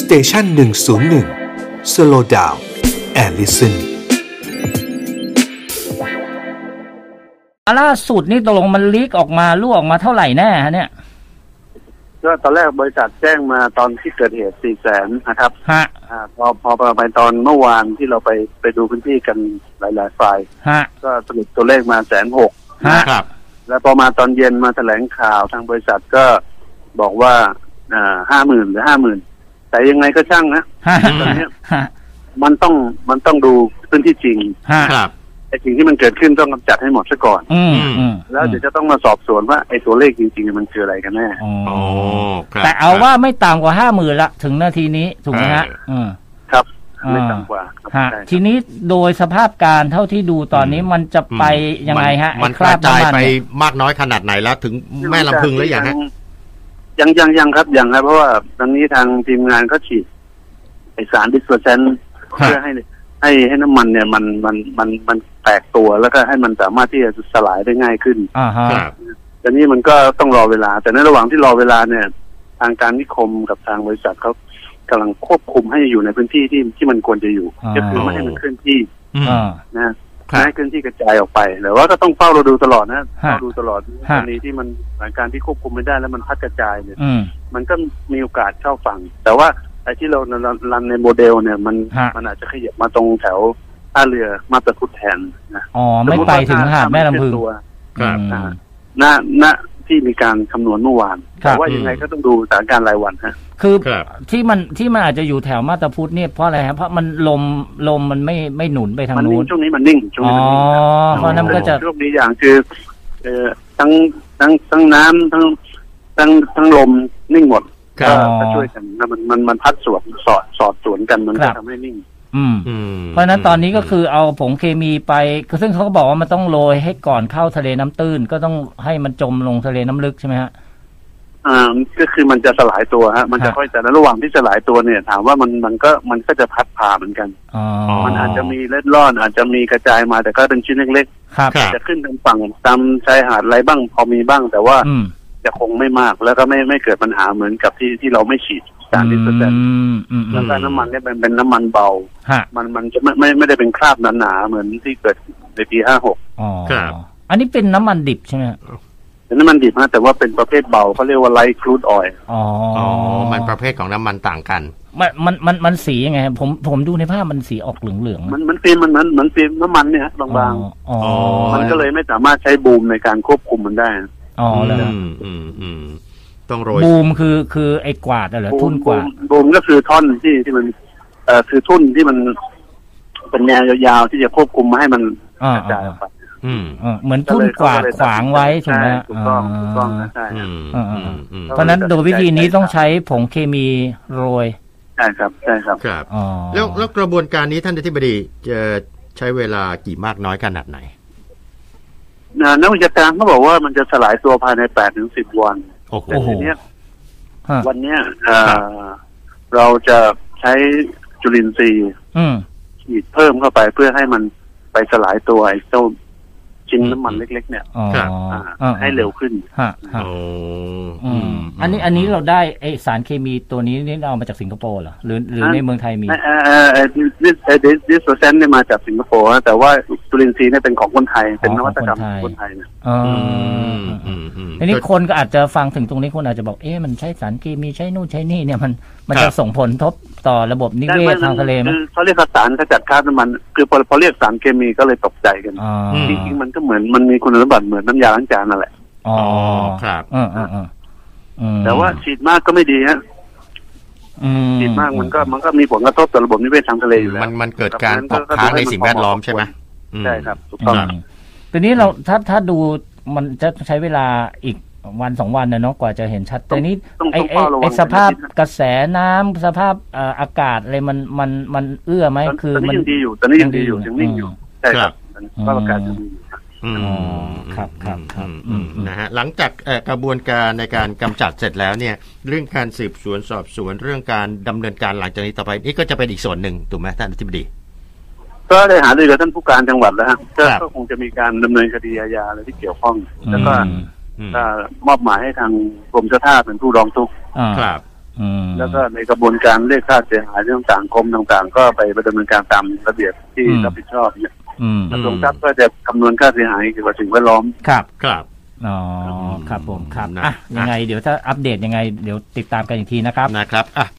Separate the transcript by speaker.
Speaker 1: สเตชันหนึ่งศูนย์หนึ่งสโลดาวแอลลิสัน
Speaker 2: ล่าสุดนี่ตกลงมันลีกออกมารั่วออกมาเท่าไหร่แน่ฮะเนี่ย
Speaker 3: ก็ตอนแรกบริษัทแจ้งมาตอนที่เกิดเหตุสี่แสนนะครับ
Speaker 2: ฮะ
Speaker 3: อาพอพอไปตอนเมื่อวานที่เราไปไปดูพื้นที่กันหลาย ๆ ฝ่าย
Speaker 2: ฮะ
Speaker 3: ก็สรุปตัวเลขมาแสนหก
Speaker 2: ฮะ
Speaker 4: ครับ
Speaker 3: แล้วพอมาตอนเย็นมาแถลงข่าวทางบริษัทก็บอกว่าห้าหมื่นหรือห้าหมื่นแต่ยังไงก็ช่างนะ
Speaker 2: ฮะ
Speaker 3: ตอนเนี้ย
Speaker 2: ฮะ
Speaker 3: มันต้องมันต้องดูพื้นที่จริง
Speaker 2: ฮะ
Speaker 4: ครับ
Speaker 3: ไอ้สิ่งที่มันเกิดขึ้นต้องกำจัดให้หมดซะก่อน
Speaker 2: อืมอืม
Speaker 3: แล้วเดี๋ยวจะต้องมาสอบสวนว่าไอ้ตัวเลขจริงๆ มันคืออะไรกันแน่
Speaker 2: อ๋อ
Speaker 4: อ๋อครับ
Speaker 2: แต่เอาว่าไม่ต่ำกว่าห้าหมื่นละถึงนาทีนี้ถูกไหมฮะอืม
Speaker 3: ครับ
Speaker 2: อ่า
Speaker 3: ไม่ต่ำกว่าครับ
Speaker 2: ฮะ
Speaker 3: ใช่ครับ
Speaker 2: ทีนี้โดยสภาพการเท่าที่ดูตอนนี้มันจะไปยังไงฮะ
Speaker 4: มัน
Speaker 2: ไอ้ค
Speaker 4: กระ
Speaker 2: บ
Speaker 4: จาย
Speaker 2: น้ำมัน
Speaker 4: ไป
Speaker 2: เนี่ย
Speaker 4: มากน้อยขนาดไหนแล้ว ถึงแม่ลำพึงแล้วยังฮะ
Speaker 3: ยังยังยังครับยังครับ เพราะว่าตอนนี้ทางทีมงานเขาฉีดไอสารดิสโซเซน
Speaker 4: ฮะ
Speaker 3: เพื่อให้ให้ให้น้ำมันเนี่ยมันมันมันมันแตกตัวแล้วก็ให้มันสามารถที่จะสลายได้ง่ายขึ้น
Speaker 2: อ่าฮะ
Speaker 4: ครับ
Speaker 3: ตอนนี้มันก็ต้องรอเวลา แต่ในระหว่างที่รอเวลาเนี่ย ทางการนิคมกับทางบริษัทเขากำลังควบคุมให้อยู่ในพื้นที่ที่ที่มันควรจะอยู่ก็คือไม่ให้มันเคลื่อนที่
Speaker 4: อืม
Speaker 2: อ่า
Speaker 3: นะ
Speaker 4: ครั
Speaker 3: ไม่
Speaker 4: บ
Speaker 3: ให้เคลื่อนที่กระจายออกไปแต่ว่าก็ต้องเฝ้าเราดูตลอดนะ
Speaker 2: ฮะ
Speaker 3: เฝ้าดูตลอด
Speaker 2: ฮะ
Speaker 3: กรณีที่มันสถานการณ์ที่ควบคุมไม่ได้แล้วมันพัดกระจายเนี่ย
Speaker 2: อืม
Speaker 3: มันก็มีโอกาสเข้าฝั่ง แต่ว่าไอ้ที่เรารันในโมเดลเนี่ย มัน
Speaker 2: ฮะ
Speaker 3: มันอาจจะขยับมาตรงแถวท่าเรือมาตะพุดแทนนะ
Speaker 2: อ๋อไม่ไปถึงหาดแม่ลำพึง
Speaker 3: สติว่า
Speaker 4: ครั
Speaker 2: อื
Speaker 4: บ
Speaker 2: ม
Speaker 3: หน้าหน้าที่มีการคำนวณเมื่อวาน
Speaker 2: ครับ
Speaker 3: แต่ว่ายังไงก็ต้องดูสถานการณ์รายวันฮะ
Speaker 2: คือ
Speaker 4: ครับ
Speaker 2: ที่มันที่มันอาจจะอยู่แถวมาตาพุธเนี่ยเพราะอะไรฮะเพราะมันลมลมมันไม่ไม่หนุนไปทาง
Speaker 3: มันนิ่
Speaker 2: นู้
Speaker 3: ง
Speaker 2: น
Speaker 3: ช่วงนี้มันนิ่งช่วง
Speaker 2: อ๋อ
Speaker 3: นี้มันนิ่งครับ
Speaker 2: เพราะนั้นก็จะ
Speaker 3: โชคดีอย่างคือเอ่อทั้งทั้งทั้งน้ำทั้งทั้งทั้งลมนิ่งหมด
Speaker 4: ครับ
Speaker 2: อ๋อ
Speaker 3: ก็ช่วยกันแล้วมันมันมันพัดสวดสอดสอดสวนกันมัน
Speaker 2: ครั
Speaker 3: ก็
Speaker 2: บ
Speaker 3: ทำให้นิ่ง
Speaker 2: อืม
Speaker 4: อืม
Speaker 2: เพราะฉะนั้นตอนนี้ก็คือเอาผงเคมีไปซึ่งเขาก็บอกว่ามันต้องโรยให้ก่อนเข้าทะเลน้ำตื้น ก็ต้องให้มันจมลงทะเลน้ำลึกใช่ไหมฮะ
Speaker 3: อ่าก็คือมันจะสลายตัวฮะ มันจะ
Speaker 2: ฮะ
Speaker 3: ค่อยแต่ระหว่างที่สลายตัวเนี่ย ถามว่ามันมันก็มันก็จะพัดพาเหมือนกัน
Speaker 2: อ๋อ
Speaker 3: มันอาจจะมีเล็ดลอดอาจจะมีกระจายมาแต่ก็เป็นชิ้นเล็ก
Speaker 2: ครับ
Speaker 4: ค
Speaker 3: ๆ
Speaker 4: รับ
Speaker 3: จะขึ้นทางฝั่งตามชายหาดอะไรบ้าง พอมีบ้าง แต่ว่า
Speaker 2: อืม
Speaker 3: จะคงไม่มากแล้วก็ไม่ไม่เกิดปัญหาเหมือนกับที่ที่เราไม่ฉีดสารดิสเซน
Speaker 2: อืมอืมอื
Speaker 3: แล้ว
Speaker 2: ม
Speaker 3: ก็น้ำมันเนี่ยเป็นเป็นน้ำมันเบา
Speaker 2: ฮะ
Speaker 3: มันมันจะไม่ไม่ไม่ได้เป็นคราบหนาๆเหมือนที่เกิดในปีห้าหก
Speaker 2: อ๋อ
Speaker 4: ครับ
Speaker 2: อันนี้เป็นน้ำมันดิบใช่ไหมฮะ
Speaker 3: เป็นน้ำมันดิบฮะแต่ว่าเป็นประเภทเบาเขาเรียกว่าไลท์ครูดออย
Speaker 2: อ๋อ
Speaker 4: อ๋
Speaker 2: อ
Speaker 4: อ มันประเภทของน้ำมันต่างกัน
Speaker 2: มันมันมันมันสียังไงฮะผมผมดูในภาพมันสีออกเหลืองเหลืองๆ
Speaker 3: มันมันฟิล์มมันเหมือนเหมือนฟิล์มน้ำมันเนี่ยฮะบางๆ
Speaker 2: อ๋อ
Speaker 4: อ๋อ
Speaker 3: มันก็เลยไม่สามารถใช้บูมในการควบคุมมันได้
Speaker 2: อ๋อแล้ว
Speaker 4: อืมอืมอืมต้องโรย
Speaker 2: บูมคือคือไอ้กวาดอะเหรอทุ่นกวาด
Speaker 3: บูมบูมก็คือท่อนที่ที่มันเอ่อคือทุ่นที่มันเป็นแนวยาวๆที่จะควบคุมไม่ให้มัน
Speaker 2: อ่าก
Speaker 3: ระจายออกไป
Speaker 4: อืม
Speaker 2: อ่าเหมือนทุ่นกวาดขวางไว้ถูกไหม
Speaker 3: ใช่
Speaker 2: ฮะ
Speaker 3: ถูกต้องถูกต้อง
Speaker 2: อ่า
Speaker 3: นะใช่
Speaker 4: อืม
Speaker 2: อ่า
Speaker 4: อืมอืม
Speaker 2: เพราะฉะนั้นโดยวิธีนี้ต้องใช้ผงเคมีโรย
Speaker 3: ใช่ครับใช่ครับ
Speaker 4: ครับ
Speaker 2: อ๋อ
Speaker 4: แล้วแล้วกระบวนการนี้ท่านอธิบดีจะใช้เวลากี่มากน้อยขนาดไหน
Speaker 3: นะนักวิชาการเขาบอกว่ามันจะสลายตัวภายในแปดถึงสิบวัน
Speaker 4: โอ้โห
Speaker 3: แต่ทีเนี้ย
Speaker 2: ฮะ
Speaker 3: วันเนี้ยเอ่
Speaker 4: ครั
Speaker 3: อเราจะใช้จุลินทรีย์
Speaker 2: อืม
Speaker 3: ฉีดเพิ่มเข้าไปเพื่อให้มันไปสลายตัวไอ้เจ้าชิ้นน้ำมันเล็ก ๆ เนี่ย
Speaker 2: อ๋อ
Speaker 4: ครับ
Speaker 3: อ่า
Speaker 2: อ่า
Speaker 3: ให้เร็วขึ้น
Speaker 2: ฮะฮะ
Speaker 4: โอ้
Speaker 2: อืมอันนี้อันนี้เราได้ไอสารเคมีตัวนี้นี่เราเอามาจากสิงคโปร์เหรอหรือหรือในเมืองไทยมี
Speaker 3: เอ่อเอ่อเอ่อดิสเอ่อดิสดิสโซเซนเนี่ยมาจากสิงคโปร์นะแต่ว่าจุลินทรีย์เนี่ยเป็นของคนไทย เป็นนวัตกรรมของคนไทยนะ
Speaker 2: อ๋อ
Speaker 4: อืม
Speaker 2: อ
Speaker 4: อืมอืม
Speaker 2: ทีนี้คนก็อาจจะฟังถึงตรงนี้คนอาจจะบอกเอ๊ะมันใช้สารเคมีใช้นู่นใช้นี่เนี่ยมันมัน
Speaker 4: ครั
Speaker 2: จะ
Speaker 4: บ
Speaker 2: ส่งผลทบต่อระบบนิเวศทางทะเลไหม
Speaker 3: คือเขาเรียกว่าสารขจัดคราบน้ำมัน คือพอพอเรียกสารเคมีก็เลยตกใจกัน
Speaker 2: อ๋อ
Speaker 3: จริงๆมันก็เหมือนมันมีคุณสมบัติเหมือนน้ำยาล้างจานนั่นแหละ
Speaker 2: อ๋อ
Speaker 4: ครับ
Speaker 2: อืมอืมอืมอืม
Speaker 3: แต่ว่าฉีดมากก็ไม่ดีฮะ
Speaker 2: อื
Speaker 3: ฉีดมากมันก็มันก็มีผลกระทบต่อระบบนิเวศทางทะเลอยู่แล้ว
Speaker 4: มันมันเกิดการตกค้างในสิ่งแวดล้อมใช่ไหมอืม
Speaker 3: ใช่ครับถูกต้อง
Speaker 2: มทีนี้เราถ้าถ้าดูมันจะใช้เวลาอีกวันสองวันนะเนาะกว่าจะเห็นชัด แต่นี้
Speaker 3: ต้อง
Speaker 2: ไอ้
Speaker 3: ต้อง
Speaker 2: ไอ้
Speaker 3: เฝ้าระวัง
Speaker 2: ไอ้สภาพ
Speaker 3: เป็นอาทิตย์นะ
Speaker 2: กระแสน้ำสภาพเอ่ออากาศอะไรมันมันมันเอื้อไหม
Speaker 3: ตอน
Speaker 2: คือ
Speaker 3: ตอน
Speaker 2: มัน
Speaker 3: นี้ยังดีอยู่ตอนนี้ยังดีอยู่ยังนิ่งอยู่ ใช่ครับ
Speaker 2: อืม
Speaker 3: ก็ประกาศยังดีอยู่
Speaker 4: อืม
Speaker 2: อ๋อครับครับครับ
Speaker 4: อืม
Speaker 2: อืม
Speaker 4: นะฮะหลังจากเอ่อกระบวนการในการกำจัดเสร็จแล้วเนี่ย เรื่องการสืบสวนสอบสวนเรื่องการดำเนินการหลังจากนี้ต่อไปนี่ก็จะเป็นอีกส่วนหนึ่งถูกไหมท่านอธิบดี
Speaker 3: ก็ได้หารือกับท่านผู้การจังหวัดแล้วฮะก็
Speaker 4: ครับ
Speaker 3: ก็คงจะมีการดำเนินคดีอาญาอะไรที่เกี่ยวข้อง แล้วก็
Speaker 2: อืม
Speaker 4: อืม
Speaker 3: ก็มอบหมายให้ทางกรมเจ้าท่าเป็นผู้ร้องทุกข์
Speaker 2: อ่า
Speaker 4: ครับ
Speaker 2: อืม
Speaker 3: แล้วก็ในกระบวนการเรียกค่าเสียหายเรื่องต่างกรมต่างๆ ก็ไปดำเนินการตามระเบียบที่รับผิดชอบเนี่ย
Speaker 2: อืม
Speaker 3: กระทรวงทรัพย์ก็จะคำนวณค่าเสียหายเกี่ยวกับสิ่งแวดล้อม
Speaker 2: ครับ
Speaker 4: ครับ
Speaker 2: อ๋อครับผมครับ
Speaker 4: นะ
Speaker 2: อ่ะยังไงเดี๋ยวถ้าอัปเดตยังไง เดี๋ยวติดตามกันอีกทีนะครับ
Speaker 4: นะครับอ่ะ